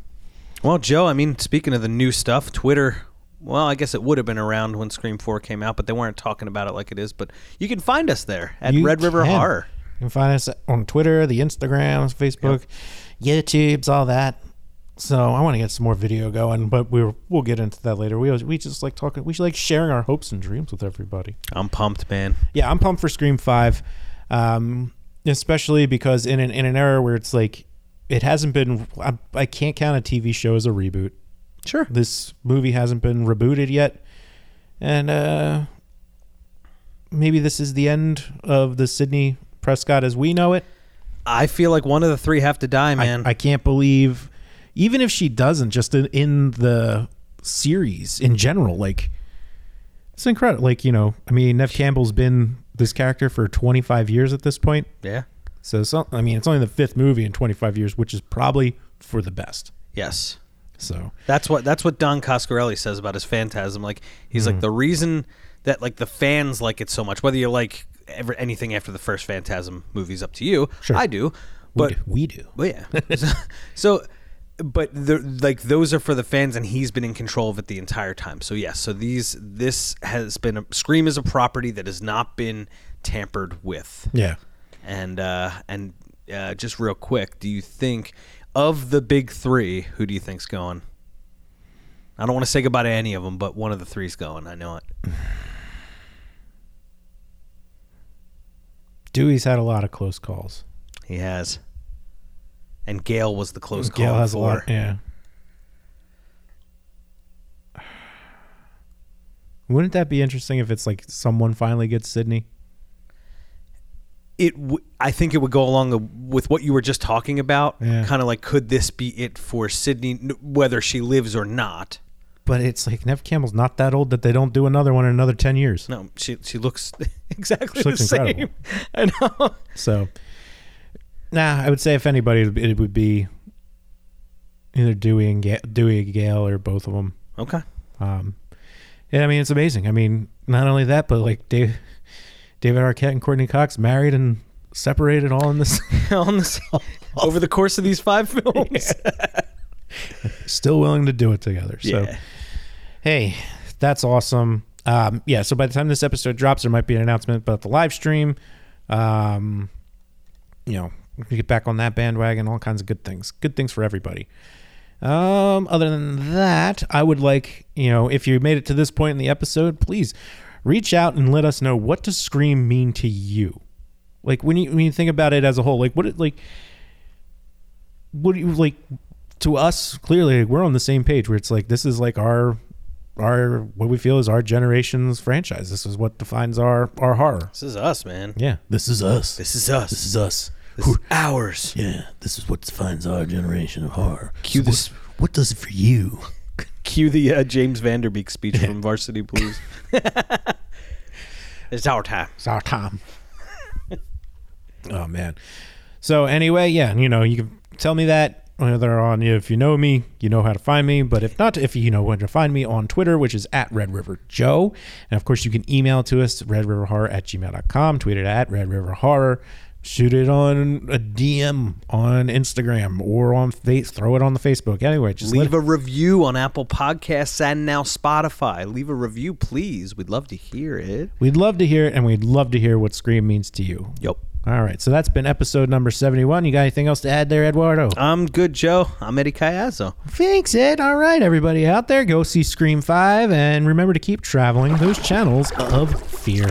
Speaker 2: Well, Joe, I mean, speaking of the new stuff, Twitter. Well, I guess it would have been around when Scream Four came out, but they weren't talking about it like it is. But you can find us there at
Speaker 1: You
Speaker 2: Red River
Speaker 1: can.
Speaker 2: Horror.
Speaker 1: You can find us on Twitter, the Instagrams, Facebook, YouTube's, all that. So I want to get some more video going, but we're, we'll get into that later. We always, we just like talking. We like sharing our hopes and dreams with everybody.
Speaker 2: I'm pumped, man.
Speaker 1: Yeah, I'm pumped for Scream Five, um, especially because in an in an era where it's like it hasn't been. I, I can't count a TV show as a reboot.
Speaker 2: Sure.
Speaker 1: This movie hasn't been rebooted yet, and uh, maybe this is the end of the Sydney Prescott as we know it.
Speaker 2: I feel like one of the three have to die, man.
Speaker 1: I, I can't believe, even if she doesn't, just in, in the series in general, like it's incredible. Like you know, I mean, Nev Campbell's been this character for 25 years at this point.
Speaker 2: yeah.
Speaker 1: So, so I mean, it's only the fifth movie in 25 years, which is probably for the best.
Speaker 2: Yes.
Speaker 1: So
Speaker 2: That's what that's what Don Coscarelli says about his Phantasm. Like he's
Speaker 1: Hmm.
Speaker 2: like the reason that like the fans like it so much. Whether you like ever anything after the first Phantasm movie's up to you.
Speaker 1: Sure.
Speaker 2: I do,
Speaker 1: we
Speaker 2: but
Speaker 1: do- we do.
Speaker 2: well, yeah. so, so, but the, like those are for the fans, and he's been in control of it the entire time. So yes, so these this has been a, Scream is a property that has not been tampered with.
Speaker 1: Yeah.
Speaker 2: And uh, and uh, just real quick, do you think of the big three? Who do you think's going? I don't want to say goodbye to any of them, but one of the three's going. I know it.
Speaker 1: Dewey's had a lot of close calls.
Speaker 2: He has. And Gail was the close call.
Speaker 1: Gail has a
Speaker 2: for-
Speaker 1: lot. Yeah. Wouldn't that be interesting if it's like someone finally gets Sydney?
Speaker 2: it w- I think it would go along the, with what you were just talking about
Speaker 1: Yeah.
Speaker 2: kind of like could this be it for Sydney n- whether she lives or not
Speaker 1: But it's like Nev Campbell's not that old that they don't do another one in another 10 years.
Speaker 2: no she she looks exactly
Speaker 1: She
Speaker 2: the
Speaker 1: looks
Speaker 2: same
Speaker 1: incredible.
Speaker 2: I know
Speaker 1: So, nah, I would say if anybody, it would- it would be either Dewey and Ga- Dewey and Gale or both of them.
Speaker 2: okay
Speaker 1: Um, yeah, I mean, it's amazing. I mean, not only that, but like Dave, David Arquette and Courtney Cox married and separated all in this.
Speaker 2: on the, s- over the course of these five films
Speaker 1: still willing to do it together. So,
Speaker 2: Yeah.
Speaker 1: hey, that's awesome. Um, yeah. So by the time this episode drops, there might be an announcement about the live stream. Um, you know, we can get back on that bandwagon. All kinds of good things. Good things for everybody. Um, other than that, I would like you know if you made it to this point in the episode, please reach out and let us know what does scream mean to you. Like when you when you think about it as a whole, like what it like what do you like to us clearly we're on the same page where it's like this is like our our what we feel is our generation's franchise this is what defines our our horror
Speaker 2: this is us man
Speaker 1: yeah this is us
Speaker 2: this is us this
Speaker 3: This is us.
Speaker 2: is ours
Speaker 3: Yeah, this is what defines our generation of horror.
Speaker 2: Cue
Speaker 3: what-
Speaker 2: this-
Speaker 3: What, does it for you?
Speaker 2: cue the uh, James Vanderbeek speech from Varsity Blues it's our time
Speaker 1: it's our time oh man so anyway yeah you know you can tell me that whether on if you know me you know how to find me but if not if you know where to find me on twitter which is at red river joe and of course you can email to us redriverhorror at gmail.com tweet it at red river horror shoot it on a dm on instagram or on face throw it on the facebook anyway just let
Speaker 2: Leave a review on Apple Podcasts and now Spotify. Leave a review, please. We'd love to hear it.
Speaker 1: We'd love to hear it, and we'd love to hear what Scream means to you.
Speaker 2: Yep.
Speaker 1: All right, so that's been episode number 71. You got anything else to add there, Eduardo?
Speaker 2: I'm good, Joe. I'm Eddie Caiazzo.
Speaker 1: Thanks, Ed. All right, everybody out there, go see Scream 5, and remember to keep traveling those channels of fear.